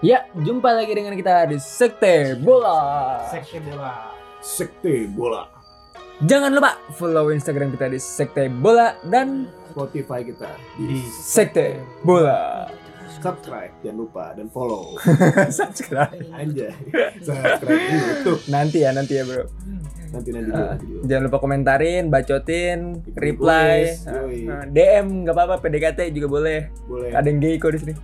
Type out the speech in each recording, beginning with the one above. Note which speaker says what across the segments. Speaker 1: Ya, jumpa lagi dengan kita di Sekte Bola.
Speaker 2: Sekte bola.
Speaker 3: Sekte Bola
Speaker 1: Jangan lupa follow Instagram kita di Sekte Bola dan
Speaker 3: Spotify kita
Speaker 2: Di
Speaker 3: di
Speaker 1: Sekte Bola.
Speaker 3: subscribe jangan lupa dan follow
Speaker 1: Subscribe.
Speaker 3: anjay subscribe di YouTube
Speaker 1: Nanti ya, nanti ya bro. Ah,
Speaker 3: nanti nanti dulu, nanti dulu.
Speaker 1: Jangan lupa komentarin, bacotin, reply,
Speaker 3: Tulis, yoi.
Speaker 1: eh, DM nggak apa-apa, PDKT juga boleh.
Speaker 3: boleh
Speaker 1: Ada yang gay kok di sini.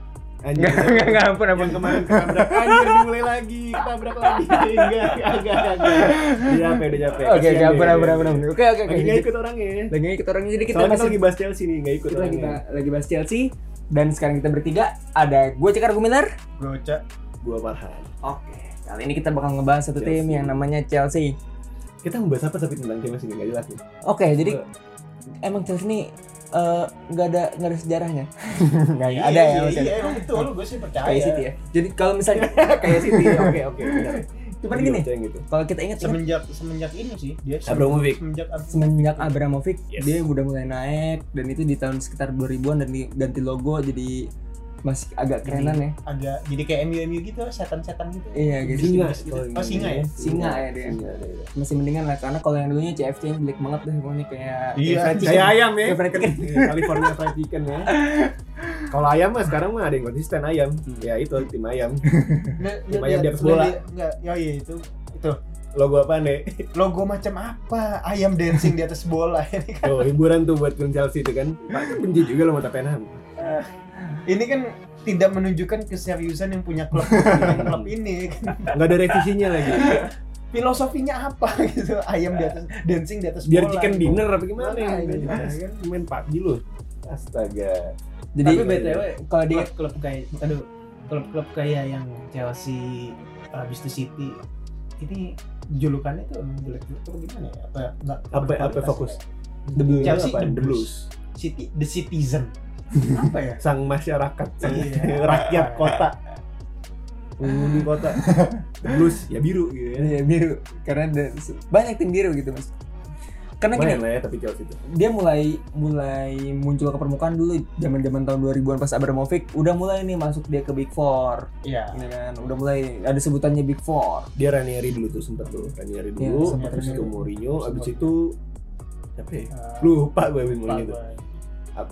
Speaker 3: anjay
Speaker 1: Nggak, nggak, nggak, ampun, ampun.
Speaker 3: Iya. yang kemarin ketabrak anjir dimulai lagi ketabrak lagi enggak enggak enggak enggak capek udah capek
Speaker 1: Oke, oke, ampun,
Speaker 3: Kasihan dia,
Speaker 1: ampun,
Speaker 3: dia,
Speaker 1: ampun,
Speaker 3: dia.
Speaker 1: ampun. Oke, oke, oke.
Speaker 3: lagi nggak ikut orangnya
Speaker 1: Lagi ngikut orangnya jadi kita
Speaker 3: soalnya kita
Speaker 1: masih-
Speaker 3: lagi bahas Chelsea nih nggak ikut
Speaker 1: kita lagi,
Speaker 3: orangnya
Speaker 1: lagi bahas Chelsea dan sekarang kita bertiga ada gue Cekar Gumilar.
Speaker 2: Goca.
Speaker 3: gua Farhan
Speaker 1: Oke, kali ini kita bakal ngebahas satu tim
Speaker 3: Chelsea.
Speaker 1: yang namanya Chelsea.
Speaker 3: kita membahas apa tapi tentang Chelsea ini nggak jelas nih
Speaker 1: Oke, jadi
Speaker 2: Iya.
Speaker 1: emang Chelsea ini eh, nggak ada nggak ada sejarahnya. Nggak
Speaker 2: Iya,
Speaker 1: ada ya
Speaker 2: iya,
Speaker 1: maksudnya.
Speaker 2: Iya, emang itu lu gue sih percaya.
Speaker 1: Kayak City ya. Jadi kalau misalnya
Speaker 3: kayak City oke oke benar.
Speaker 1: cuman
Speaker 3: Jadi
Speaker 1: gini,
Speaker 3: goceng gitu
Speaker 1: kalau kita ingat ya, ingat
Speaker 2: Semenjak semenjak ini sih dia.
Speaker 3: Abramovich.
Speaker 2: Semenjak Ab-
Speaker 1: semenjak Abramovich
Speaker 3: Yes.
Speaker 1: dia udah mulai naik dan itu di tahun sekitar 2000-an dan diganti logo jadi masih agak
Speaker 2: Jadi-
Speaker 1: kerenan ya.
Speaker 2: agak jadi kayak MU MU gitu setan-setan gitu.
Speaker 1: Iya, gitu.
Speaker 3: Singa,
Speaker 2: Oh, singa ya?
Speaker 1: Singa ya dia.
Speaker 3: Singa, iya.
Speaker 1: Masih mendingan lah karena kalau yang dulunya CFC yang jelek banget deh pokoknya kayak
Speaker 2: Iya,
Speaker 1: kayak fried
Speaker 3: Kayak
Speaker 1: chicken.
Speaker 3: ayam ya.
Speaker 1: Kayak fried chicken.
Speaker 3: Iya, California fried chicken ya. Kalau ayam mah sekarang mah ada yang konsisten ayam.
Speaker 1: Hmm.
Speaker 3: Ya itu tim ayam.
Speaker 2: Nah,
Speaker 3: Yang banyak di atas bola.
Speaker 2: Enggak, ya iya itu. Itu
Speaker 3: Logo apa nih?
Speaker 2: logo macam apa? Ayam dancing di atas bola ini kan.
Speaker 3: Tuh hiburan tuh buat tim Chelsea itu kan. Pak kan benci juga lo sama Tottenham.
Speaker 2: Ini kan tidak menunjukkan keseriusan yang punya klub klub ini. Kan.
Speaker 3: Enggak ada revisinya lagi.
Speaker 2: Filosofinya apa gitu? Ayam di atas dancing di atas
Speaker 3: Biar
Speaker 2: bola. Gitu.
Speaker 3: chicken dinner apa gimana ya?
Speaker 2: Makanya.
Speaker 3: Nggak jelas kan main PUBG lu. Astaga.
Speaker 1: Jadi
Speaker 2: Tapi BTW
Speaker 1: kalau di
Speaker 2: klub-klub kayak aduh, klub-klub kayak yang Chelsea habis itu City ini julukannya tuh emang jelek juga atau gimana ya? Apa enggak
Speaker 3: Apa apa fokus?
Speaker 1: The Blue.
Speaker 2: Chelsea
Speaker 3: Apa?
Speaker 2: The
Speaker 3: The Blues.
Speaker 2: City the citizen. apa ya?
Speaker 3: Sang masyarakat, sang
Speaker 2: Iya.
Speaker 3: rakyat kota. Penghuni kota. The Blues ya biru gitu ya.
Speaker 1: Iya biru karena ada banyak tim biru gitu mas. Karena gini
Speaker 3: Lumayan lah ya tapi Chelsea itu.
Speaker 1: dia mulai mulai muncul ke permukaan dulu zaman zaman tahun 2000-an pas Abramovich udah mulai nih masuk dia ke Big Four,
Speaker 2: Iya.
Speaker 1: ya kan? Udah mulai ada sebutannya Big Four.
Speaker 3: dia Ranieri dulu tuh sempat tuh Ranieri
Speaker 1: Iya,
Speaker 3: dulu
Speaker 1: sempat
Speaker 3: terus itu
Speaker 1: Ranieri. Ah.
Speaker 3: Mourinho
Speaker 2: Sempat.
Speaker 3: abis itu apa ya
Speaker 2: Eh,
Speaker 3: lupa gue abis
Speaker 2: lupa
Speaker 3: Mourinho tuh
Speaker 2: gua.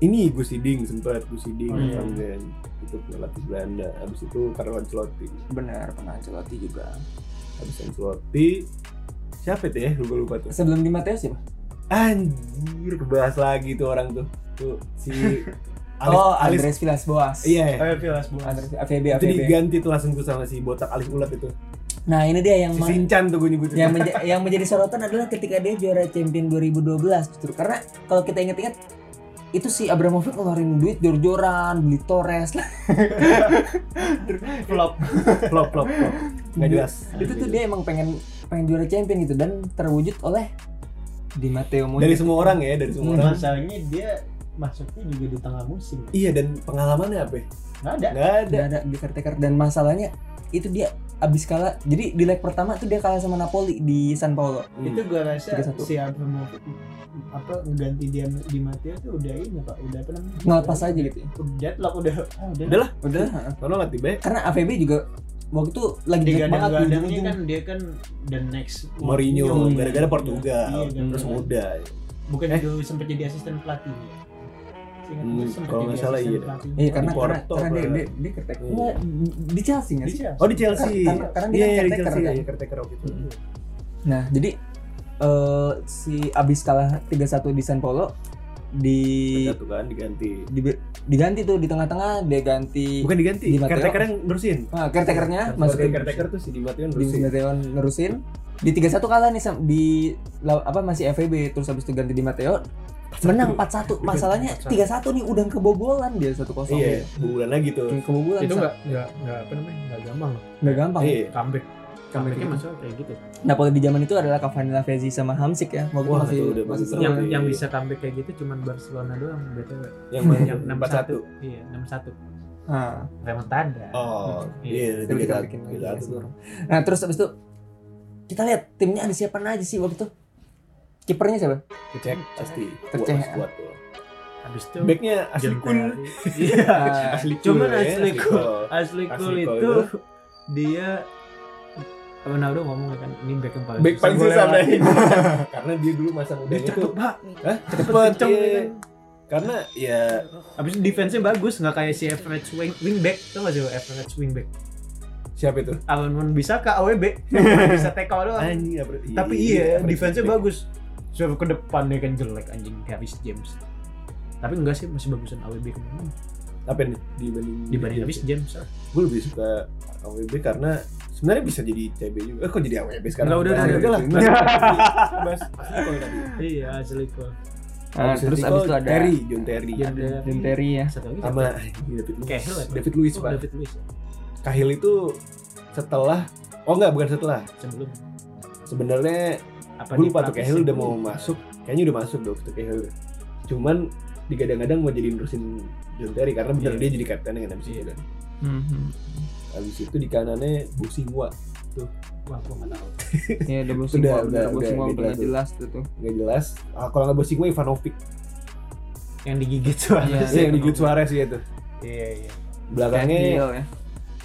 Speaker 3: ini Gus Hiding sempat Gus Hiding
Speaker 2: Oh, iya.
Speaker 3: Ramdan itu pelatih Belanda abis itu Carlo Ancelotti
Speaker 1: Benar, pernah Ancelotti juga.
Speaker 3: abis Ancelotti siapa itu ya gue lupa tuh
Speaker 1: Sebelum di Mateus ya, Mas?
Speaker 3: anjir kebahas lagi tuh orang tuh tuh si Alex,
Speaker 1: oh,
Speaker 3: Alex
Speaker 1: Andres Villas-Boas.
Speaker 3: iya ya.
Speaker 2: Ayo Vilas Boas.
Speaker 1: Andres AVB
Speaker 3: itu
Speaker 1: AVB.
Speaker 3: diganti tuh langsung tuh sama si botak alis ulat itu
Speaker 1: Nah, ini dia yang
Speaker 3: si
Speaker 1: main
Speaker 3: Sinchan tuh gue nyebut
Speaker 1: yang, menja- yang menjadi sorotan adalah ketika dia juara champion 2012 justru karena kalau kita ingat-ingat itu si Abramovich ngeluarin duit jor-joran beli Torres lah
Speaker 2: Flop.
Speaker 3: flop flop flop nggak jelas
Speaker 1: itu tuh dia emang pengen pengen juara champion gitu dan terwujud oleh Di Matteo Mujic
Speaker 3: dari semua orang ya dari
Speaker 1: Hmm.
Speaker 3: semua orang
Speaker 2: Masalahnya dia masuknya juga di tengah musim.
Speaker 3: Iya dan pengalamannya apa? ya?
Speaker 2: Enggak ada.
Speaker 3: Nggak ada.
Speaker 1: Nggak ada di caretaker dan masalahnya itu dia abis kalah jadi di leg pertama tuh dia kalah sama Napoli di San Paolo
Speaker 3: Iya.
Speaker 2: itu gua rasa
Speaker 1: 3-1.
Speaker 2: si Abramovich apa ganti dia di Matteo tuh udah ini pak udah apa namanya
Speaker 1: ngelepas aja gitu ya
Speaker 2: deadlock udah ah, udah
Speaker 3: Udah.
Speaker 1: udah ha.
Speaker 3: Karena latih baik.
Speaker 1: karena AVB juga waktu itu lagi jelek banget di
Speaker 2: digadang-gadangnya
Speaker 1: ujung-ujung.
Speaker 2: kan dia kan the next
Speaker 3: Mourinho
Speaker 1: Mourinho.
Speaker 3: gara-gara Portugal
Speaker 2: Iya,
Speaker 3: terus
Speaker 2: gara-gara.
Speaker 3: muda.
Speaker 2: bukan
Speaker 3: Eh.
Speaker 2: dulu sempat jadi asisten pelatihnya Seingat
Speaker 3: Hmm,
Speaker 2: gua sempet
Speaker 3: kalau
Speaker 2: jadi
Speaker 3: nggak salah
Speaker 2: asisten
Speaker 3: iya.
Speaker 2: pelatihnya.
Speaker 1: Iya karena
Speaker 3: Di
Speaker 1: karena,
Speaker 3: Porto
Speaker 1: karena dia
Speaker 3: apa?
Speaker 1: dia, dia caretaker.
Speaker 3: Iya.
Speaker 1: Nggak, di Chelsea nggak
Speaker 2: Di
Speaker 1: sih?
Speaker 2: Chelsea.
Speaker 3: Oh di Chelsea.
Speaker 1: Karena- karena dia kan
Speaker 3: Iya, iya, di
Speaker 1: caretaker,
Speaker 3: Chelsea
Speaker 1: kan?
Speaker 3: ya caretaker waktu itu.
Speaker 2: Iya.
Speaker 1: Nah, jadi eh si abis kalah 3-1 di San Paolo di
Speaker 3: Satu kan diganti.
Speaker 1: di- diganti tuh di tengah-tengah dia ganti
Speaker 3: Bukan diganti,
Speaker 1: Di Matteo.
Speaker 3: caretaker yang nerusin.
Speaker 1: nah, caretakernya masukin
Speaker 3: masukin caretaker tuh si Di Matteo yang
Speaker 1: di
Speaker 3: nerusin.
Speaker 1: Mateo nerusin di 3-1 kalah nih sam- di la- apa masih FVB terus habis itu ganti di Mateo menang 4-1 masalahnya 3-1 nih udah kebobolan dia 1-0
Speaker 3: Iya, bulan lagi tuh.
Speaker 1: kebobolan
Speaker 4: itu
Speaker 1: Sam.
Speaker 4: nggak nggak nggak apa namanya nggak gampang loh
Speaker 1: nggak gampang
Speaker 3: Iya.
Speaker 4: comeback
Speaker 2: Iya.
Speaker 4: comebacknya masalah kayak gitu
Speaker 1: Napoli Nah, di zaman itu adalah Cavani, Lavezzi sama Hamsik ya waktu itu
Speaker 3: Wah,
Speaker 1: masih
Speaker 3: itu udah
Speaker 1: masih
Speaker 3: bagus
Speaker 1: seru
Speaker 4: yang
Speaker 3: Iya.
Speaker 4: yang bisa comeback kayak gitu cuman Barcelona doang btw
Speaker 3: Yang main
Speaker 4: yang
Speaker 3: yang 4-1.
Speaker 4: 6-1 iya 6-1
Speaker 1: Ah,
Speaker 2: remontada
Speaker 3: Oh, iya,
Speaker 2: Iya,
Speaker 1: itu kita
Speaker 3: tiga
Speaker 1: bikin lagi,
Speaker 3: tiga
Speaker 1: guys, dorong. Nah, terus abis itu kita lihat timnya ada siapa aja sih waktu itu. Kipernya siapa?
Speaker 3: iya, Hmm, Cek ya? pasti.
Speaker 1: Tercek.
Speaker 3: Kuat, kuat tuh.
Speaker 4: habis itu
Speaker 3: Backnya asli
Speaker 4: John
Speaker 3: cool.
Speaker 4: Terry.
Speaker 2: iya
Speaker 1: Ah,
Speaker 3: Asli cool.
Speaker 2: Cuman
Speaker 3: ya,
Speaker 2: asli cool.
Speaker 3: cool.
Speaker 2: asli
Speaker 3: Asli
Speaker 2: cool
Speaker 3: cool ya.
Speaker 2: itu dia Ronaldo ngomong kan ini back yang paling
Speaker 3: Back paling
Speaker 2: Gua
Speaker 3: susah
Speaker 2: lewatin.
Speaker 3: deh. Karena dia dulu masa
Speaker 2: dia
Speaker 3: mudanya
Speaker 2: cepet
Speaker 3: tuh
Speaker 2: pak
Speaker 3: Hah?
Speaker 2: cepet
Speaker 3: Cepet,
Speaker 2: kenceng
Speaker 3: iya.
Speaker 2: ya kan
Speaker 3: karena ya
Speaker 2: abis itu defense-nya bagus nggak kayak si average wing wingback tau gak sih lo, average wingback
Speaker 3: siapa itu?
Speaker 2: Awan bisa ke AWB Cuman bisa TK doang
Speaker 3: Anjing nggak ber-
Speaker 2: Ah. tapi iya
Speaker 3: nggak ber-
Speaker 2: defense-nya bagus Suruh ke depan dia kan jelek anjing Harris James tapi enggak sih masih bagusan AWB
Speaker 3: Iya,
Speaker 2: kemana
Speaker 3: Apa nih dibanding
Speaker 2: dibanding
Speaker 3: iya.
Speaker 2: Harris James lah.
Speaker 3: Gue lebih suka AWB karena sebenarnya bisa jadi CB juga. Eh kok jadi AWB sekarang?
Speaker 2: Nggak, udah,
Speaker 3: Nah,
Speaker 2: udah, udah,
Speaker 3: lah.
Speaker 2: udah.
Speaker 3: Bas, asli cool tadi.
Speaker 2: iya asli kok
Speaker 1: ah,
Speaker 3: Abis
Speaker 1: terus
Speaker 3: itu
Speaker 1: abis itu ada
Speaker 3: Terry, John Terry.
Speaker 2: Iya. Ada-
Speaker 1: John Terry ya.
Speaker 2: satu lagi
Speaker 3: sama ini David Luiz.
Speaker 2: Cahill ya?
Speaker 3: David Luiz,
Speaker 2: siapa?
Speaker 3: Pak.
Speaker 2: Oh, David Luiz
Speaker 3: Cahill itu setelah Oh enggak, bukan setelah.
Speaker 2: sebelum
Speaker 3: Sebenarnya
Speaker 2: apa
Speaker 3: gue
Speaker 2: di
Speaker 3: lupa tuh
Speaker 2: Prancis
Speaker 3: Cahill udah
Speaker 2: itu?
Speaker 3: mau masuk. Kayaknya udah masuk dong tuh Cahill. Cuman digadang-gadang mau jadi nerusin John Terry karena bener
Speaker 2: Iya.
Speaker 3: dia jadi kapten dengan abis itu.
Speaker 2: Iya.
Speaker 3: kan.
Speaker 1: Mhm.
Speaker 3: Abis itu di kanannya Busingwa
Speaker 2: wah gua nggak tahu
Speaker 1: Iya, udah bos
Speaker 3: Udah,
Speaker 1: semua,
Speaker 3: udah,
Speaker 1: udah bos
Speaker 3: udah,
Speaker 1: semua
Speaker 3: beda
Speaker 1: udah nggak
Speaker 3: tuh.
Speaker 1: jelas tuh tuh.
Speaker 3: nggak jelas. Ah, kalau nggak Busingwa Ivanovic,
Speaker 2: yang digigit tuh
Speaker 1: Iya,
Speaker 3: Iya, yang digigit Suarez ya tuh.
Speaker 2: iya iya
Speaker 3: Belakangnya,
Speaker 1: Cahill ya.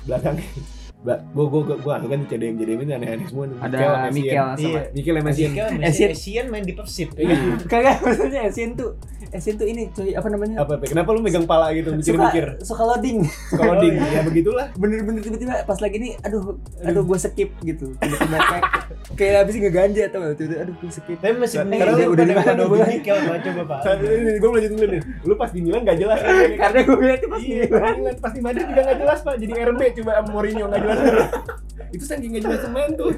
Speaker 3: belakangnya. Ba- Gue gue gue gue kan CDM CDM ini aneh-aneh semua. nih.
Speaker 1: Ada
Speaker 3: Mikel, Messian.
Speaker 1: Mikel sama.
Speaker 2: Iya.
Speaker 3: Mikel sama Messian.
Speaker 2: Asian,
Speaker 1: Asian.
Speaker 2: Asian main di Persib
Speaker 3: Iya.
Speaker 1: Kagak maksudnya Asian tuh Asian tuh ini cuy apa namanya?
Speaker 3: Apa? Pe? Kenapa lu megang pala gitu
Speaker 1: suka
Speaker 3: mikir-mikir?
Speaker 1: suka loading.
Speaker 3: Kalau ding ya begitulah.
Speaker 1: bener-bener tiba-tiba pas lagi ini aduh aduh gue skip gitu tiba-tiba kayak kayak abis ngeganja tau gak tiba-tiba aduh gue skip
Speaker 2: tapi masih
Speaker 3: Karena
Speaker 2: mending
Speaker 1: udah
Speaker 2: daripada
Speaker 1: dimakan
Speaker 2: gua
Speaker 1: dua bulan.
Speaker 2: digigit kalau gua coba pak
Speaker 3: Saat ini gue lanjut dulu nih. Lu pas di Milan nggak jelas.
Speaker 1: karena gue ngeliat pas
Speaker 3: Iya, Milan pasti Madrid juga nggak jelas pak. Jadi RB coba sama Mourinho nggak jelas. Itu saking nggak jelas main tuh.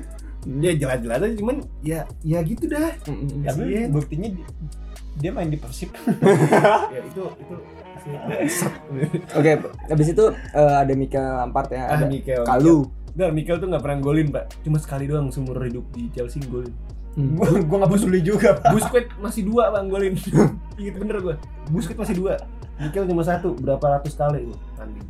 Speaker 3: Ya jelas-jelas aja cuman ya ya gitu dah. Iya.
Speaker 2: tapi
Speaker 3: Asian.
Speaker 2: buktinya di- dia main di Persib
Speaker 3: Ya itu itu
Speaker 1: oke abis itu eh, ada Mikel Lampard ya
Speaker 3: ah
Speaker 1: ada
Speaker 3: Mikel.
Speaker 1: Kalu
Speaker 3: Nah, Mikel tuh nggak pernah golin, Pak. Cuma sekali doang seumur hidup di Chelsea golin.
Speaker 1: Hmm.
Speaker 2: gua gua nggak peduli juga pak
Speaker 3: Busquets masih dua, Bang, golin. Ingat bener gua. Busquets masih dua. Mikel cuma satu, berapa ratus kali gua tanding.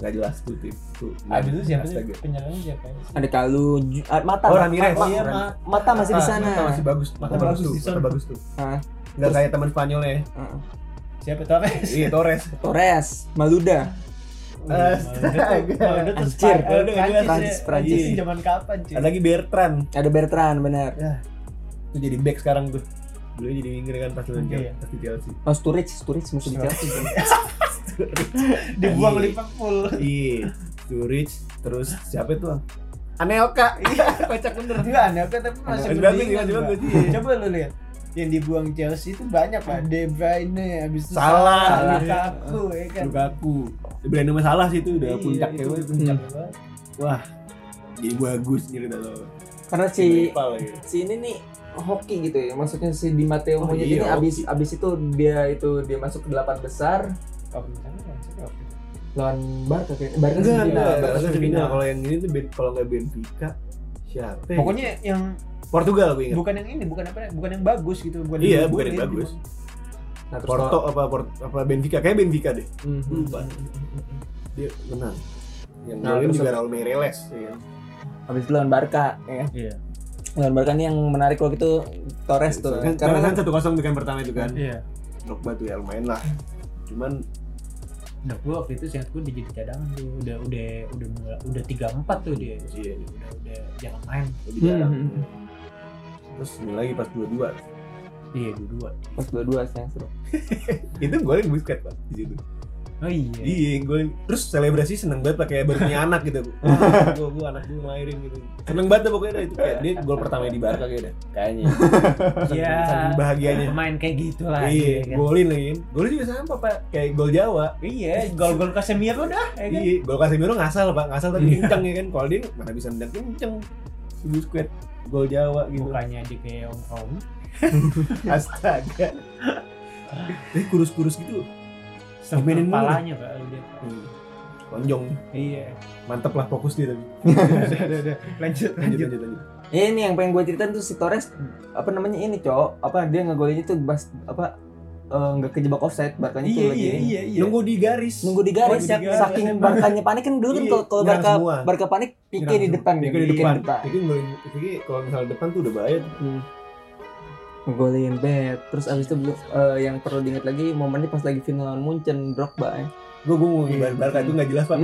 Speaker 3: Gak jelas tuh tim. Tuh.
Speaker 2: abis Nah, itu siapa sih
Speaker 3: Astaga.
Speaker 2: penyerangnya siapa ya?
Speaker 1: ada Kalu Ju- ah, mata
Speaker 3: Oh,
Speaker 1: Ma-
Speaker 3: Ramirez.
Speaker 1: Ma-
Speaker 2: iya
Speaker 3: Ma-
Speaker 2: pak
Speaker 1: mata masih di
Speaker 2: Mata,
Speaker 1: sana
Speaker 3: Mata masih bagus, mata,
Speaker 2: Mata
Speaker 3: bagus,
Speaker 2: bagus
Speaker 3: tuh,
Speaker 2: di sana.
Speaker 3: mata bagus tuh.
Speaker 1: Ah.
Speaker 3: Gak
Speaker 1: Terus-
Speaker 3: kayak teman Spanyolnya ya.
Speaker 1: Heeh.
Speaker 2: siapa Torres
Speaker 3: Iya, Torres.
Speaker 1: Torres Maluda
Speaker 2: Astaga.
Speaker 1: Anjir. Prancis,
Speaker 2: Prancis,
Speaker 1: Prancis.
Speaker 2: Iya, Prancis. Zaman kapan, cuy?
Speaker 3: Ada lagi Bertrand.
Speaker 1: ada Bertrand benar
Speaker 3: Itu jadi back sekarang tuh. Dulu jadi winger kan pas lawan
Speaker 2: Iya.
Speaker 3: Chelsea, pas di Chelsea.
Speaker 1: oh Sturridge Sturridge musuh di Chelsea kan?
Speaker 2: dibuang
Speaker 3: Iya.
Speaker 2: Liverpool.
Speaker 3: Iya. Sturridge, terus siapa itu? Bang? Anelka. Kocak bener.
Speaker 2: Enggak aneh, aku tapi masih
Speaker 3: Masih bagus,
Speaker 2: mendingan.
Speaker 3: masih
Speaker 2: Mbak.
Speaker 3: bagus, iya.
Speaker 2: Coba lu lihat. Yang dibuang Chelsea itu banyak, Pak. De Bruyne, habis itu
Speaker 3: Salah. Iya.
Speaker 2: Salah, Lukaku, ya kan.
Speaker 3: Lukaku. Brand nama salah sih itu udah
Speaker 2: Iya,
Speaker 3: puncaknya
Speaker 2: itu
Speaker 3: banget.
Speaker 2: puncak banget.
Speaker 3: Wah. Jadi bagus gitu loh.
Speaker 1: karena si
Speaker 3: ya.
Speaker 1: si ini nih hoki gitu ya maksudnya si Di Matteo
Speaker 3: Oh,
Speaker 1: Munyet
Speaker 3: iya,
Speaker 1: ini
Speaker 3: hoki.
Speaker 1: abis abis itu dia itu dia masuk ke delapan besar
Speaker 2: Kalau misalnya, maksudnya apa?
Speaker 1: lawan Barca kayaknya Barca
Speaker 3: Enggak,
Speaker 1: sendiri.
Speaker 3: enggak,
Speaker 1: Barca
Speaker 3: enggak.
Speaker 1: sendiri.
Speaker 3: Iya, Final. Kalau yang ini tuh Ben- kalau nggak Benfica siapa? ya?
Speaker 2: Pokoknya yang
Speaker 3: Portugal gue ingat.
Speaker 2: bukan yang ini, bukan apa, bukan yang bagus gitu, bukan
Speaker 3: Iya,
Speaker 2: dibuang,
Speaker 3: bukan yang
Speaker 2: ya,
Speaker 3: bagus.
Speaker 2: dibuang.
Speaker 1: Nah, terus
Speaker 3: Porto Hmm.
Speaker 1: kalau-
Speaker 3: apa Port- apa Benfica? Kayaknya Benfica deh.
Speaker 1: Mhm.
Speaker 3: Lupa. Dia menang. Yang
Speaker 1: Nah,
Speaker 3: golin
Speaker 1: terus-
Speaker 3: juga Raul Meireles ya kan.
Speaker 1: Habis itu lawan Barca ya.
Speaker 2: Iya.
Speaker 1: Lawan Barca nih yang menarik waktu itu Torres tuh.
Speaker 3: Kan-
Speaker 1: Karena
Speaker 3: kan
Speaker 1: kan
Speaker 3: 1-0 tuh kan pertama itu kan.
Speaker 2: Iya.
Speaker 3: Drogba tuh ya lumayan lah. Cuman
Speaker 2: Nah, gua waktu itu seingat gua dia jadi cadangan tuh, udah udah udah mulai- udah 3-4 tuh dia.
Speaker 3: Iya.
Speaker 2: Udah udah jarang main.
Speaker 3: lebih jarang.
Speaker 1: Mhm.
Speaker 3: Terus ini lagi pas 2-2.
Speaker 2: Iya, dua-dua.
Speaker 1: pas dua-dua sih yang seru.
Speaker 3: Itu golin Busquets, Pak, di situ.
Speaker 2: Oh iya.
Speaker 3: Iya, golin. Terus selebrasi seneng banget pakai baru punya anak gitu. gue gue anak gue ngelahirin gitu. Seneng banget dah pokoknya dah itu kayak Eh, dia gol pertama di Barca kayaknya. dah. Kayaknya. Saking-
Speaker 2: Iya.
Speaker 3: Saking bahagianya.
Speaker 2: Pemain kayak gitu lah.
Speaker 3: iya,
Speaker 2: ya kan?
Speaker 3: golin lagi. kan. Golin juga sama Pak, kayak gol Jawa.
Speaker 2: Iya, gol-gol Casemiro dah, ya kan?
Speaker 3: Iya, gol Casemiro ngasal Pak, ngasal tapi
Speaker 2: Iya.
Speaker 3: kenceng ya kan. Kalau dia mana bisa nendang kenceng. Si Busquets gol Jawa gitu.
Speaker 2: Mukanya aja kayak Om Om.
Speaker 3: Astaga. Tapi kurus-kurus gitu. Dimainin mulu.
Speaker 2: Kepalanya, Pak. udah.
Speaker 3: Hmm. Lonjong.
Speaker 2: Iya.
Speaker 3: Mantep lah fokus dia tadi.
Speaker 2: Udah, udah, udah. Lanjut,
Speaker 3: Lanjut
Speaker 2: lanjut.
Speaker 3: lanjut lanjut.
Speaker 1: Ya, ini yang pengen gue ceritain tuh si Torres apa namanya ini, Cok. Apa dia ngegolinnya tuh pas apa eh, nggak kejebak offside Barkanya tuh
Speaker 2: Iya
Speaker 1: lagi
Speaker 2: iya
Speaker 1: ini.
Speaker 2: iya iya.
Speaker 3: Nunggu di garis.
Speaker 1: nunggu di garis
Speaker 3: Nunggu di garis.
Speaker 1: saking Barkanya panik kan dulu kan
Speaker 3: Iya,
Speaker 1: kalau kalau
Speaker 3: nyerang
Speaker 1: Barca
Speaker 3: semua.
Speaker 1: Barca panik Pique
Speaker 3: Nyerang
Speaker 1: di
Speaker 3: semua.
Speaker 1: depan Iya.
Speaker 3: Pique
Speaker 1: kan?
Speaker 3: di depan. Hmm. Pikir pikir kalau misalnya depan tuh udah bahaya. tuh.
Speaker 1: Golin bet terus abis itu belum- eh, yang perlu diingat lagi momennya pas lagi final lawan Munchen Drogba ya.
Speaker 3: Gue gue mau ngibar Barca itu nggak jelas pak.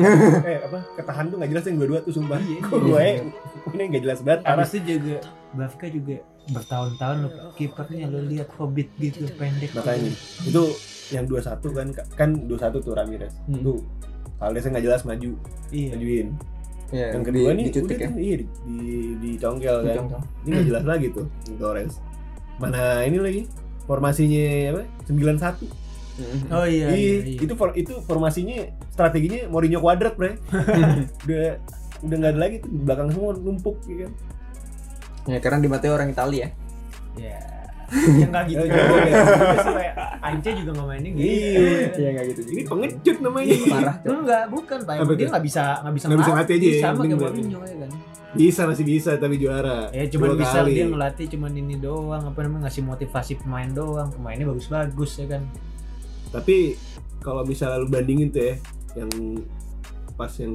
Speaker 3: eh apa? Ketahan tuh nggak jelas yang dua-dua tuh sumpah.
Speaker 2: Iya,
Speaker 3: Kok gue ini nggak jelas banget. Parah.
Speaker 2: Abis itu juga Bafka juga bertahun-tahun lo kipernya lo lihat hobbit gitu pendek.
Speaker 3: Makanya itu yang 2-1 kan kan 2-1 tuh Ramirez.
Speaker 1: Hmm.
Speaker 3: Tuh Valdesnya nggak jelas maju,
Speaker 2: Iya.
Speaker 3: majuin.
Speaker 1: Iya,
Speaker 3: Yang kedua
Speaker 1: di-
Speaker 3: nih
Speaker 1: dicutik
Speaker 3: udah
Speaker 1: ya.
Speaker 3: tuh, iya di, di, dicongkel kan.
Speaker 1: Dicongkel.
Speaker 3: Ini nggak jelas lagi tuh Torres. Mana ini lagi formasinya apa? 91.
Speaker 1: Mm.
Speaker 2: Oh iya.
Speaker 3: Ih,
Speaker 2: iya, iya.
Speaker 3: itu for- itu formasinya strateginya Mourinho kuadrat, Bre. udah udah nggak ada lagi tuh di belakang semua numpuk ya kan.
Speaker 1: Ya karena di Matteo orang Italia ya.
Speaker 2: Ya. Yang nggak gitu
Speaker 3: Iya.
Speaker 2: juga juga sih kayak Anca juga nggak mainin gitu.
Speaker 1: Iya enggak gitu
Speaker 3: Ini pengecut namanya.
Speaker 1: Iya,
Speaker 2: Iya.
Speaker 1: Parah. Cok.
Speaker 2: Enggak, bukan Pak.
Speaker 3: Apa
Speaker 2: Dia
Speaker 3: tuh?
Speaker 2: nggak bisa nggak bisa
Speaker 3: Nggak bisa ngelatih aja ya,
Speaker 2: Sama
Speaker 3: yang
Speaker 2: kayak
Speaker 3: penting
Speaker 2: Mourinho ya kan.
Speaker 3: Bisa masih bisa tapi juara.
Speaker 2: Ya cuman
Speaker 3: Dua
Speaker 2: bisa
Speaker 3: kali.
Speaker 2: dia ngelatih cuman ini doang, apa namanya ngasih motivasi pemain doang. Pemainnya bagus-bagus ya kan.
Speaker 3: Tapi kalau misalnya lu bandingin tuh ya yang pas yang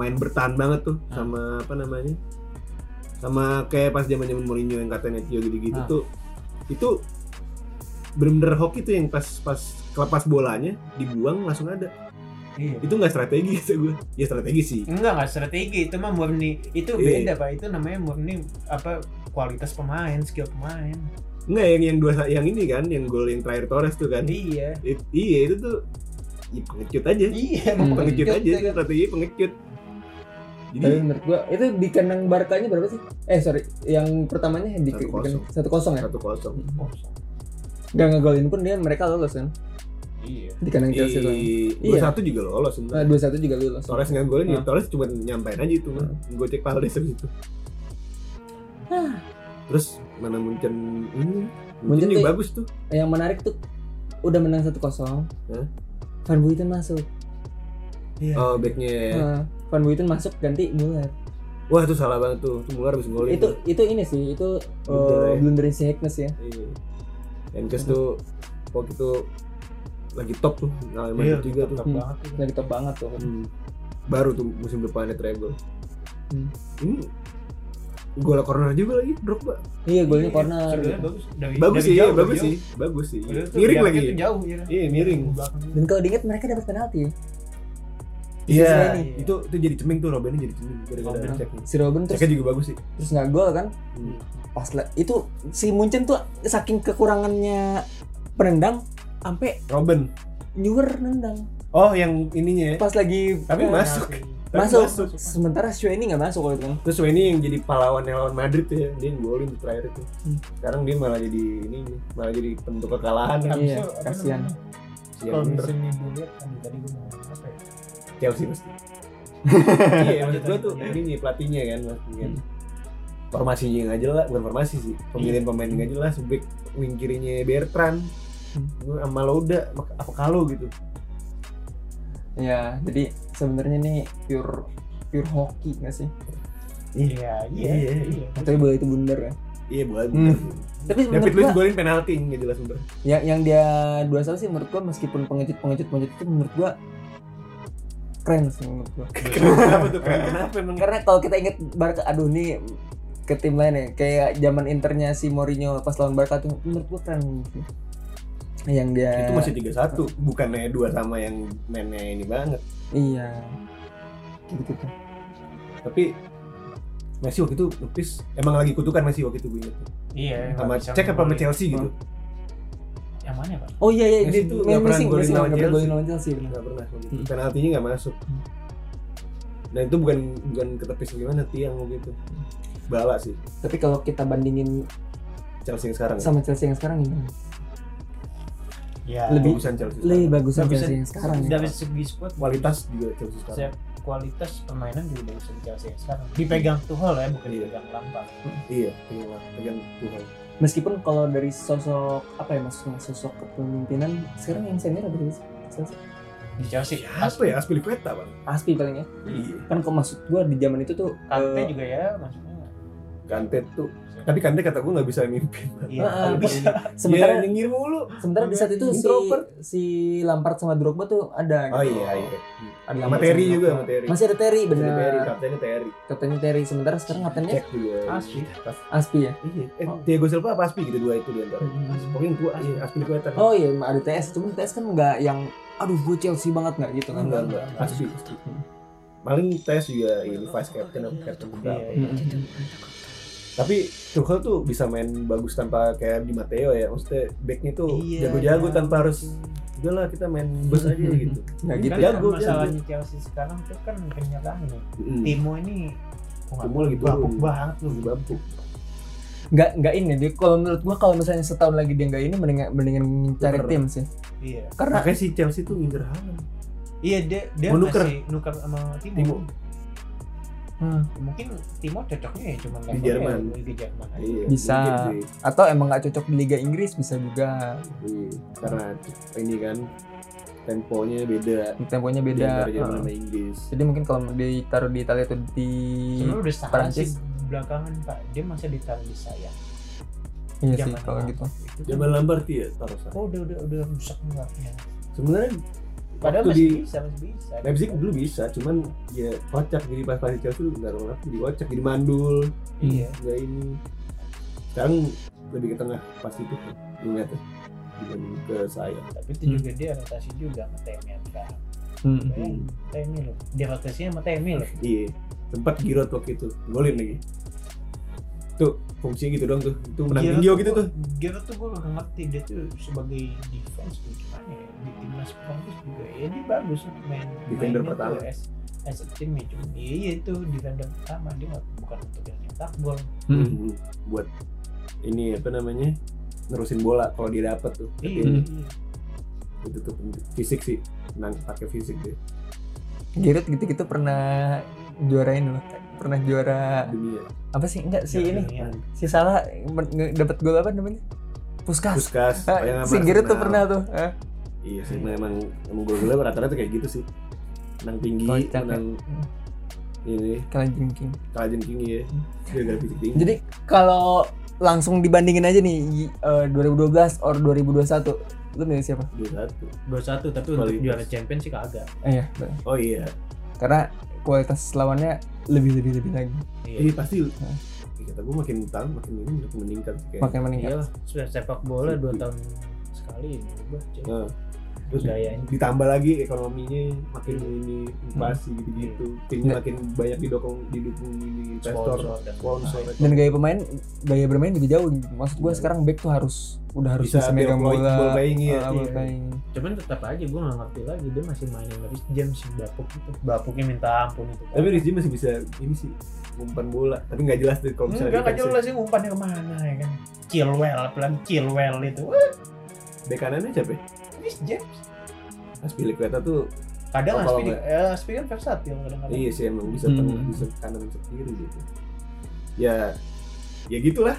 Speaker 3: main bertahan banget tuh
Speaker 2: Ah.
Speaker 3: sama apa namanya? Sama kayak pas zaman-zaman Mourinho yang katanya Tio gitu-gitu
Speaker 2: Ah.
Speaker 3: tuh itu bener-bener hoki tuh yang pas pas kelepas bolanya dibuang langsung ada
Speaker 2: Iya.
Speaker 3: itu nggak strategi kata gue ya strategi sih
Speaker 2: Enggak, enggak strategi. Itu mah murni. Itu
Speaker 3: Iya.
Speaker 2: beda, Pak. Itu namanya murni apa kualitas pemain, skill pemain.
Speaker 3: nggak yang yang dua yang ini kan yang gol yang terakhir Torres tuh kan
Speaker 2: Iya.
Speaker 3: It- iya itu tuh ya, pengecut aja
Speaker 2: Iya,
Speaker 1: Hmm.
Speaker 2: emang
Speaker 3: pengecut aja
Speaker 2: ya
Speaker 3: itu
Speaker 2: kan.
Speaker 3: strategi pengecut jadi
Speaker 1: Tapi menurut gua itu di kandang Barkanya berapa sih? Eh sorry, yang pertamanya di
Speaker 3: 1-0.
Speaker 1: satu kosong ya.
Speaker 3: satu kosong
Speaker 2: Oh,
Speaker 1: Gak ngegolin pun dia mereka lolos kan
Speaker 2: Iya.
Speaker 1: di kandang Chelsea tuh.
Speaker 3: dua satu juga lolos sebenarnya
Speaker 1: Dua satu juga lolos.
Speaker 3: Torres nggak golin
Speaker 1: Ah.
Speaker 3: ya Torres cuma nyampein aja itu mah gue cek Valdes abis itu
Speaker 1: Nah,
Speaker 3: terus mana Munchen ini
Speaker 1: Munchen
Speaker 3: Munchen juga
Speaker 1: tuh-
Speaker 3: bagus tuh
Speaker 1: Yang menarik tuh udah menang satu kosong.
Speaker 3: Hah?
Speaker 1: Van Buiten masuk.
Speaker 2: Iya.
Speaker 3: oh backnya
Speaker 1: Nah, Van Buiten masuk ganti Muller.
Speaker 3: wah itu salah banget tuh itu Muller abis golin
Speaker 1: Itu itu ini sih, itu eh,
Speaker 3: Blunder ya.
Speaker 1: blunder si Hackness ya.
Speaker 3: Iya. Enkes tuh waktu itu lagi top tuh, ngalahin
Speaker 2: Iya,
Speaker 3: Madrid juga tuh.
Speaker 2: tetap
Speaker 1: Hmm.
Speaker 2: banget. itu.
Speaker 1: Lagi top banget tuh.
Speaker 3: Hmm. Baru tuh musim depannya treble.
Speaker 1: Hmm.
Speaker 3: Ini gol corner juga lagi Drogba.
Speaker 1: Iya, golnya
Speaker 2: Iya,
Speaker 1: corner.
Speaker 3: ya,
Speaker 2: sebenarnya bagus. Dari-
Speaker 3: Bagus
Speaker 2: dari
Speaker 3: sih,
Speaker 2: Iya, jauh,
Speaker 3: bagus
Speaker 2: dari
Speaker 3: sih, bagus sih.
Speaker 2: jauh. Padahal tuh
Speaker 3: Miring
Speaker 2: jaraknya
Speaker 3: lagi.
Speaker 2: tuh Jauh ya.
Speaker 3: Iya, miring.
Speaker 2: Belakang.
Speaker 1: Dan kalau diingat mereka dapat penalti.
Speaker 3: Iya,
Speaker 1: Selain
Speaker 2: ini.
Speaker 3: itu itu jadi ceming tuh Robinnya jadi ceming
Speaker 2: Robin.
Speaker 3: gara-gara ceknya.
Speaker 1: Nah, Si Robin terus
Speaker 3: Ceknya juga bagus sih.
Speaker 1: terus nggak gol kan
Speaker 3: Hmm.
Speaker 1: pas le- itu si Munchen tuh saking kekurangannya penendang sampai
Speaker 3: Robin.
Speaker 1: newer nendang
Speaker 3: Oh, yang ininya ya.
Speaker 1: pas lagi
Speaker 3: Tapi
Speaker 1: eh,
Speaker 3: masuk. Tapi
Speaker 1: masuk.
Speaker 3: masuk.
Speaker 1: sementara Show ini nggak masuk kalau itu kan
Speaker 3: Terus ini yang jadi pahlawan lawan Madrid tuh ya, dia yang golin di terakhir itu.
Speaker 1: Hmm.
Speaker 3: Sekarang dia malah jadi ini, malah jadi bentuk kekalahan.
Speaker 2: Habis
Speaker 1: Iya,
Speaker 2: itu, apa
Speaker 1: kasihan.
Speaker 2: namanya?
Speaker 3: Sial,
Speaker 2: Kalau
Speaker 3: bener.
Speaker 2: misalnya gue lihat aduh, tadi gue mau ngomong apa ya?
Speaker 3: Chelsea pasti. Iya, maksud gua tuh ini nih pelatihnya kan, maksudnya kan. Formasinya nggak jelas, bukan formasi sih. Pemilihan pemain nggak jelas, back wing kirinya Bertrand,
Speaker 1: Hmm.
Speaker 3: gua sama Lauda, mak- apa kalau gitu.
Speaker 1: ya jadi sebenarnya nih pure pure hoki nggak sih
Speaker 2: Iya, iya,
Speaker 3: Iya,
Speaker 2: iya.
Speaker 1: tapi bola itu bundar ya
Speaker 3: Iya buat.
Speaker 1: Hmm. tapi
Speaker 3: David
Speaker 1: menurut
Speaker 3: Luiz
Speaker 1: gua
Speaker 3: golin penalti nggak jelas bener.
Speaker 1: yang Ya, yang dia dua satu sih menurut gua meskipun pengecut pengecut pengecut itu menurut gua keren sih menurut gua
Speaker 3: Kenapa tuh? Kenapa emang?
Speaker 1: karena kalau kita inget Barca aduh nih ke tim lain ya kayak zaman internya si Mourinho pas lawan Barca tuh menurut gua keren yang dia
Speaker 3: Itu masih 3-1, bukannya dua sama yang mainnya ini banget.
Speaker 1: iya gitu tuh
Speaker 3: Tapi Messi waktu itu lupis emang lagi kutukan Messi waktu itu gue inget.
Speaker 2: Iya,
Speaker 3: Sama
Speaker 2: nggak bisa
Speaker 3: cek apa sama
Speaker 2: ngegolin.
Speaker 3: Chelsea gitu.
Speaker 2: Yang mana, Pak?
Speaker 1: oh iya iya
Speaker 3: Messi
Speaker 1: dia
Speaker 3: tuh
Speaker 1: Messi
Speaker 3: nggak pernah
Speaker 1: Messi
Speaker 3: golin
Speaker 1: Messi
Speaker 3: lawan
Speaker 1: nggak pernah
Speaker 3: Chelsea.
Speaker 1: golin lawan Chelsea bener.
Speaker 3: nggak pernah kalau gitu.
Speaker 1: Hmm.
Speaker 3: penaltinya nggak masuk
Speaker 1: Hmm.
Speaker 3: nah itu bukan bukan ketepis gimana tiang gitu bala sih
Speaker 1: tapi kalau kita bandingin
Speaker 3: Chelsea yang sekarang
Speaker 1: sama Chelsea yang sekarang gimana?
Speaker 2: Ya,
Speaker 1: Lebih-
Speaker 3: bagusan Chelsea
Speaker 1: lebih
Speaker 3: sekarang.
Speaker 1: bagusan
Speaker 2: Bagusan-
Speaker 1: Chelsea yang sekarang ya.
Speaker 2: dari segi squad
Speaker 3: kualitas juga Chelsea sekarang
Speaker 2: saya kualitas permainan juga bagus dari Chelsea yang sekarang dipegang Tuchel ya bukan
Speaker 3: Iya.
Speaker 2: dipegang Lampard
Speaker 1: Hmm.
Speaker 3: iya pegang pegang Tuhan
Speaker 1: meskipun kalau dari sosok apa ya maksudnya sosok kepemimpinan sekarang yang senior ada di Chelsea
Speaker 2: di Chelsea
Speaker 3: siapa ya Aspilicueta bang
Speaker 1: Aspi paling ya
Speaker 3: iya
Speaker 1: kan kok maksud gua di zaman itu tuh
Speaker 2: Kante
Speaker 1: eh,
Speaker 2: juga ya maksudnya
Speaker 3: Kante tuh tapi Kante kata gue nggak bisa mimpin
Speaker 2: Iya,
Speaker 1: Heeh,
Speaker 2: kalau
Speaker 1: Ah, bisa.
Speaker 2: bisa.
Speaker 1: Sementara
Speaker 3: Dia nyengir mulu
Speaker 1: sementara di saat itu si
Speaker 3: Iya, Introvert.
Speaker 1: si Lampard sama Drogba tuh ada.
Speaker 3: oh
Speaker 1: gitu.
Speaker 3: iya iya
Speaker 1: Ada
Speaker 3: sama
Speaker 1: Lampard
Speaker 3: Terry
Speaker 1: sama
Speaker 3: juga
Speaker 1: Drogba.
Speaker 3: sama Terry
Speaker 1: Masih ada Terry
Speaker 3: Sama Terry
Speaker 1: bener.
Speaker 3: kaptennya Terry
Speaker 1: Kaptennya Terry sementara sekarang kaptennya
Speaker 3: cek juga
Speaker 2: Aspi. Oh.
Speaker 1: Aspi ya.
Speaker 3: Iya. eh Diego Silva apa Aspi gitu dua itu di antara pokoknya yang tua iya Aspi di Kuwaitan
Speaker 1: Oh iya ada TS, cuman TS kan nggak yang aduh gue Chelsea banget nggak gitu kan.
Speaker 3: enggak enggak Aspi Aspi. paling tes juga ini vice captain atau captain beberapa
Speaker 2: Iya,
Speaker 1: Mm-mm.
Speaker 3: tapi Tuchel tuh bisa main bagus tanpa kayak di Matteo ya maksudnya backnya tuh
Speaker 2: Iya,
Speaker 3: jago-jago tanpa harus udahlah kita main bus aja gitu
Speaker 1: Nggak
Speaker 2: Kan
Speaker 1: gitu.
Speaker 3: Iya. Jago,
Speaker 2: jago, masalahnya Chelsea sekarang itu kan kenyataan nih.
Speaker 3: Mm.
Speaker 2: Timo ini oh,
Speaker 3: Timo lagi
Speaker 2: bapuk
Speaker 3: turun.
Speaker 2: banget lu.
Speaker 3: Lagi bapuk
Speaker 1: Nggak nggak ini. Dia kalau menurut gue kalau misalnya setahun lagi dia nggak ini mendingan mendingan cari
Speaker 3: Tuker.
Speaker 1: tim sih.
Speaker 2: Iya.
Speaker 1: Karena
Speaker 3: makanya si Chelsea tuh ngincer Haaland
Speaker 2: Iya dia dia
Speaker 3: Mau nuker.
Speaker 2: masih nuker sama Timo.
Speaker 3: Timo.
Speaker 1: hmm,
Speaker 2: Mungkin Timo cocoknya ya cuma
Speaker 3: Jerman.
Speaker 2: di Jerman aja.
Speaker 3: Iya,
Speaker 1: Bisa.
Speaker 3: mungkin sih.
Speaker 1: atau emang nggak cocok di Liga Inggris bisa juga.
Speaker 3: Iya, karena ini kan temponya beda
Speaker 1: Temponya
Speaker 3: di
Speaker 1: Iya, beda. Hmm.
Speaker 3: antara Jerman
Speaker 1: Heeh.
Speaker 3: sama Inggris
Speaker 1: Jadi mungkin kalau ditaruh di Italia atau di Hmm.
Speaker 2: Sebenarnya udah salah
Speaker 1: Perancis.
Speaker 2: sih belakangan Pak. Dia masih ditaruh di saya.
Speaker 1: iya sih
Speaker 2: Zaman
Speaker 1: kalau
Speaker 2: lama.
Speaker 1: gitu.
Speaker 2: Itu kan-
Speaker 3: Jaman Lampard ya taruh sana.
Speaker 2: Oh, udah udah udah rusak mulanya.
Speaker 3: sebenarnya
Speaker 2: Padahal
Speaker 3: waktu
Speaker 2: masih
Speaker 3: di
Speaker 2: bisa, masih bisa.
Speaker 3: Leipzig dulu bisa cuman ya kocak jadi pas pas di Chelsea tuh nggak orang jadi kocak jadi mandul
Speaker 2: Iya.
Speaker 3: nggak ini sekarang lebih ke tengah pas itu tuh, ingat ya dibanding ke saya
Speaker 2: Tapi itu juga dia rotasi juga sama Temi yang sekarang.
Speaker 1: Hmm.
Speaker 2: Bayangin, Temi loh. Dia rotasinya sama Temi loh.
Speaker 3: iya sempat girot waktu itu golin lagi tuh fungsinya gitu dong tuh itu menang
Speaker 2: Giroud
Speaker 3: Dio
Speaker 2: tuh
Speaker 3: gitu
Speaker 2: gua-
Speaker 3: tuh
Speaker 2: Giroud tuh gue gak ngerti dia tuh sebagai defense tuh gimana ya di timnas Prancis juga ya dia bagus untuk main
Speaker 3: Defender
Speaker 2: mainnya
Speaker 3: pertama.
Speaker 2: tuh as, as a team ya cuma iya iya itu defender pertama dia nggak- bukan untuk yang nyetak gol
Speaker 1: Hmm.
Speaker 3: Mhm. buat ini apa namanya nerusin bola kalau dia dapet tuh
Speaker 2: iya
Speaker 3: Tapi
Speaker 2: iya.
Speaker 3: itu tuh penting. fisik sih menang pakai fisik deh
Speaker 1: Giroud gitu-gitu pernah juarain loh. Pernah juara
Speaker 3: dunia
Speaker 1: apa sih? Enggak sih ini.
Speaker 2: Iya.
Speaker 1: Si Salah men- nge- dapat gol apa namanya? Puskas.
Speaker 3: Puskas
Speaker 1: Ah,
Speaker 3: yang sama
Speaker 1: si Giroud tuh
Speaker 3: Arsenal.
Speaker 1: pernah tuh. Ah.
Speaker 3: Iya sih, emang emang, emang gol-golnya rata-rata kayak gitu sih. Menang tinggi,
Speaker 1: Kocak, ya. Hmm.
Speaker 3: menang ini
Speaker 1: Kalah jengking.
Speaker 3: kajian tinggi ya. Dia gara fisik tinggi.
Speaker 1: Jadi kalau langsung dibandingin aja nih y- eh, 2012 or 2021 lu milih siapa?
Speaker 3: Dua satu.
Speaker 2: dua satu tapi
Speaker 3: Kualitas.
Speaker 2: untuk juara champion sih kagak
Speaker 1: Eh, iya, betul.
Speaker 3: Oh iya.
Speaker 1: karena kualitas lawannya lebih lebih lebih lagi
Speaker 3: Iya
Speaker 2: iya
Speaker 3: pasti. Ih, Kata gue makin tahun makin ini makin meningkat sih kayak.
Speaker 1: makin meningkat.
Speaker 3: Iya.
Speaker 2: iyalah sudah sepak bola dua tahun sekali ini berubah cuy.
Speaker 3: Nah, terus
Speaker 2: Budayanya.
Speaker 3: ditambah lagi ekonominya makin ini inflasi
Speaker 2: Hmm.
Speaker 3: gitu-gitu. Timnya
Speaker 1: Nggak.
Speaker 3: makin banyak didukung didukung ini investor,
Speaker 2: sponsor Ah, iya. dan
Speaker 3: sponsor.
Speaker 2: lain-lain.
Speaker 1: Dan gaya pemain gaya bermain juga jauh. Maksud gue
Speaker 3: Iya.
Speaker 1: sekarang back tuh harus udah harus
Speaker 3: Bisa
Speaker 1: bisa, megang
Speaker 3: ball-
Speaker 1: bola.
Speaker 3: ball playing ya.
Speaker 1: ah, ball
Speaker 3: Iya.
Speaker 1: playing.
Speaker 2: cuman tetap aja gue gak ngerti lagi dia masih mainin habis jam sih bapuk itu bapuknya minta ampun itu
Speaker 3: Tapi Rizky masih bisa ini sih umpan bola, tapi nggak jelas deh kalau misalnya
Speaker 2: Enggak, nggak
Speaker 3: defense-nya.
Speaker 2: jelas sih umpannya kemana ya kan. Chilwell, pelan Chilwell itu. Wah,
Speaker 3: Bek kanannya siapa? ya?
Speaker 2: Chris James.
Speaker 3: Aspilicueta tuh Oh,
Speaker 2: Kadang Aspi,
Speaker 3: kalau
Speaker 2: di-
Speaker 3: nggak-
Speaker 2: eh, Aspi kan versatil kadang-kadang.
Speaker 3: Iya sih emang bisa
Speaker 1: Hmm.
Speaker 3: tengah, bisa ke kanan bisa ke kiri gitu. Ya ya gitulah.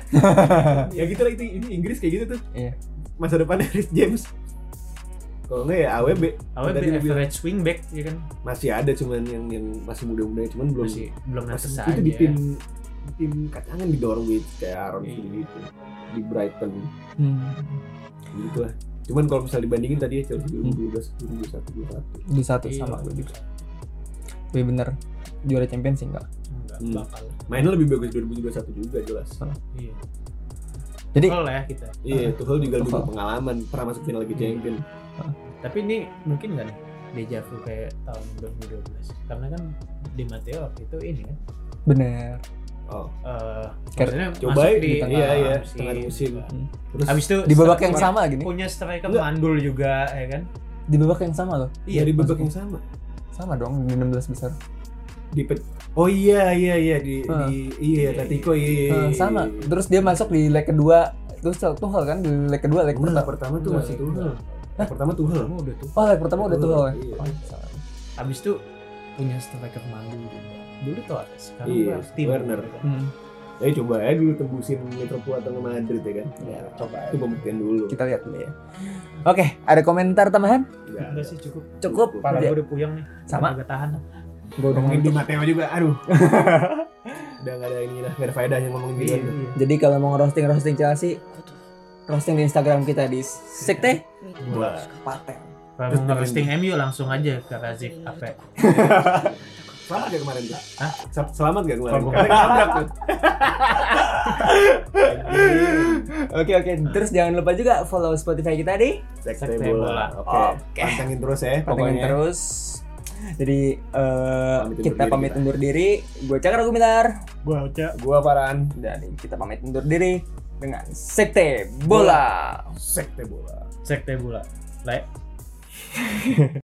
Speaker 3: ya gitulah itu ini Inggris kayak gitu tuh.
Speaker 1: Iya.
Speaker 3: Masa depannya Rhys James. Kalau enggak ya AWB
Speaker 2: Awalnya
Speaker 3: Tadi
Speaker 2: dia
Speaker 3: dia bilang-
Speaker 2: average wingback ya kan.
Speaker 3: masih ada cuman yang yang masih muda-muda cuman belum
Speaker 2: Masih belum
Speaker 3: masih
Speaker 2: netes
Speaker 3: itu
Speaker 2: aja.
Speaker 3: di tim di tim kacangan di Norwich kayak Aaron
Speaker 2: Iya.
Speaker 3: gitu di Brighton
Speaker 1: Hmm.
Speaker 3: gitu lah. Cuman kalau misalnya dibandingin tadi ya Chelsea 2012 2021
Speaker 1: Di satu
Speaker 2: Iya.
Speaker 1: sama gue juga. Tapi bener juara champion sih enggak.
Speaker 2: Enggak
Speaker 3: Hmm.
Speaker 2: bakal.
Speaker 3: 2021. Mainnya lebih bagus 2021 juga jelas.
Speaker 2: Iya.
Speaker 1: Jadi-
Speaker 2: Kalau ya kita.
Speaker 3: Iya, Tuchel juga lebih
Speaker 1: Tuchel.
Speaker 3: berpengalaman, pernah masuk final Liga
Speaker 2: Iya.
Speaker 3: Champions.
Speaker 2: Tapi ini mungkin nggak nih deja vu kayak tahun 2012 karena kan di Matteo waktu itu ini kan
Speaker 1: Bener.
Speaker 3: Oh,
Speaker 2: eh
Speaker 1: Ker-
Speaker 2: maksudnya
Speaker 3: coba
Speaker 2: masuk
Speaker 3: di
Speaker 1: tengah
Speaker 3: iya iya
Speaker 2: musim.
Speaker 3: tengah musim
Speaker 1: Hmm.
Speaker 3: terus
Speaker 2: habis itu
Speaker 1: Di babak yang
Speaker 2: striker-
Speaker 1: sama gini.
Speaker 2: punya striker
Speaker 3: Enggak.
Speaker 2: mandul juga ya kan
Speaker 1: Di babak yang sama loh.
Speaker 3: iya di babak
Speaker 1: masuk.
Speaker 3: yang sama
Speaker 1: Sama dong di 16 besar.
Speaker 3: di pet- oh iya iya iya di,
Speaker 1: Ah.
Speaker 3: di iya Atletico iya, iya,
Speaker 1: Eh,
Speaker 3: iya
Speaker 1: sama. Terus dia masuk di leg kedua. Terus Tuchel kan di leg kedua, leg
Speaker 3: Enggak,
Speaker 1: pertama.
Speaker 3: pertama tuh
Speaker 2: Enggak,
Speaker 3: masih
Speaker 2: enggak.
Speaker 3: Tuchel Yang pertama Tuchel
Speaker 2: Kamu udah tuh
Speaker 1: Oh, leg pertama udah Tuchel ya.
Speaker 3: Iya.
Speaker 1: Oh, salah.
Speaker 2: Habis itu punya striker mandul juga. Dulu tuh ada sekarang
Speaker 3: Iya,
Speaker 2: gua harus tim.
Speaker 3: Werner.
Speaker 1: Hmm.
Speaker 3: Eh, coba ya dulu tembusin Liverpool atau Madrid ya kan
Speaker 1: Ya,
Speaker 3: coba itu pembuktian dulu
Speaker 1: Kita lihat dulu ya. Oke, ada komentar tambahan?
Speaker 3: Enggak.
Speaker 2: Enggak sih cukup.
Speaker 1: Cukup.
Speaker 2: Parah
Speaker 1: Dia-
Speaker 2: gua udah puyeng nih.
Speaker 1: Iya. Sama. Iya.
Speaker 2: Agak tahan.
Speaker 1: Gua udah
Speaker 3: Ngomongin di Mateo juga aduh udah nggak ada ini lah nggak ada faedahnya ngomongin gitu
Speaker 2: Iya, iya.
Speaker 1: Jadi kalau mau roasting roasting Chelsea, roasting di Instagram kita di sekte
Speaker 3: Wah.
Speaker 1: paten.
Speaker 2: Kalau
Speaker 3: Terus
Speaker 2: mau ngerosting MU langsung aja ke Razik apa?
Speaker 3: selamat gak kemarin tuh
Speaker 2: Hah?
Speaker 3: Sel- selamat gak kemarin
Speaker 2: Kalau
Speaker 3: karena ketabrak tuh
Speaker 1: Oke oke. Terus jangan lupa juga follow Spotify kita di
Speaker 3: sekte
Speaker 2: Sekte bola.
Speaker 3: bola oke
Speaker 1: Oke.
Speaker 3: pantengin terus ya
Speaker 1: Pantengin
Speaker 3: pokoknya
Speaker 1: terus. Jadi eh,
Speaker 3: Pamit undur
Speaker 1: kita
Speaker 3: diri
Speaker 1: pamit
Speaker 3: kita.
Speaker 1: undur diri. Gue Cakar Gumilar
Speaker 4: Gua Oca.
Speaker 3: gua Farhan
Speaker 1: dan kita pamit undur diri dengan sekte bola.
Speaker 3: sekte bola
Speaker 2: Sekte bola. Lek.